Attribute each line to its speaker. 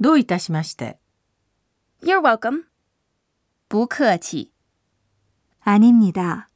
Speaker 1: どういたしまして。
Speaker 2: You're welcome.
Speaker 3: 不客气。
Speaker 4: 아닙니다.